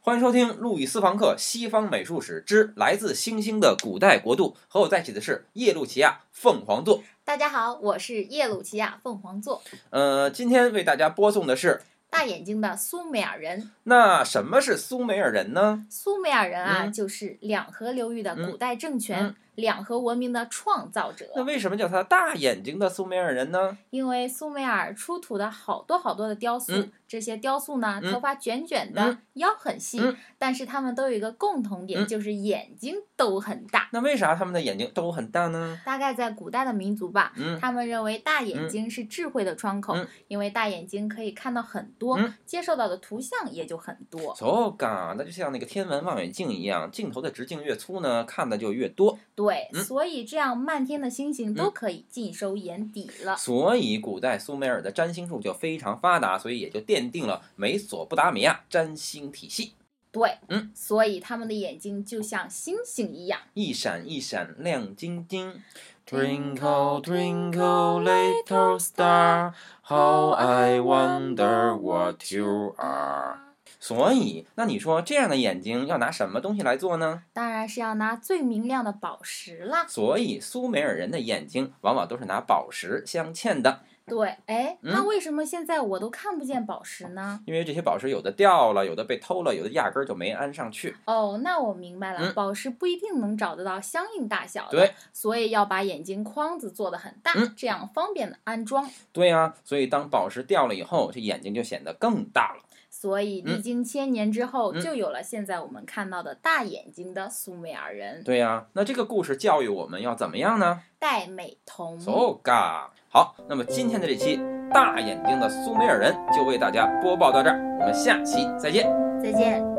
欢迎收听《路易斯·房克：西方美术史之来自星星的古代国度》。和我在一起的是耶路齐亚凤凰座。大家好，我是耶鲁奇亚凤凰座，呃，今天为大家播送的是大眼睛的苏美尔人。那什么是苏美尔人呢？苏美尔人啊，嗯就是两河流域的古代政权、嗯两河文明的创造者。那为什么叫他大眼睛的苏美尔人呢？因为苏美尔出土的好多好多的雕塑，嗯这些雕塑呢，嗯头发卷卷的，嗯腰很细，嗯但是他们都有一个共同点，嗯就是眼睛都很大。那为啥他们的眼睛都很大呢？大概在古代的民族吧，嗯，他们认为大眼嗯睛是智慧的窗口，嗯因为大眼睛可以看到很多，嗯接受到的图像也就很多。 so 嘎，那就像那个天文望远镜一样，镜头的直径越粗呢，看的就越多。对，嗯所以这样漫天的星星都可以尽收眼底了。所以古代苏美尔的占星术就非常发达，所以也就奠定了美索不达米亚占星体系。对，嗯，所以他们的眼睛就像星星一样。一闪一闪亮晶晶。 Twinkle, twinkle, little star, how I wonder what you are。啊所以，那你说这样的眼睛要拿什么东西来做呢？当然是要拿最明亮的宝石啦。所以，苏美尔人的眼睛往往都是拿宝石镶嵌的，对，哎，嗯那为什么现在我都看不见宝石呢？因为这些宝石有的掉了，有的被偷了，有的压根儿就没安上去。哦，那我明白了，嗯宝石不一定能找得到相应大小的，对，所以要把眼睛框子做得很大，嗯这样方便的安装。对呀、所以当宝石掉了以后，这眼睛就显得更大了。所以历嗯经千年之后，嗯就有了现在我们看到的大眼睛的苏美尔人，对呀、那这个故事教育我们要怎么样呢戴美瞳。 ？So 嘎，好，那么今天的这期大眼睛的苏美尔人就为大家播报到这儿，我们下期再见。再见。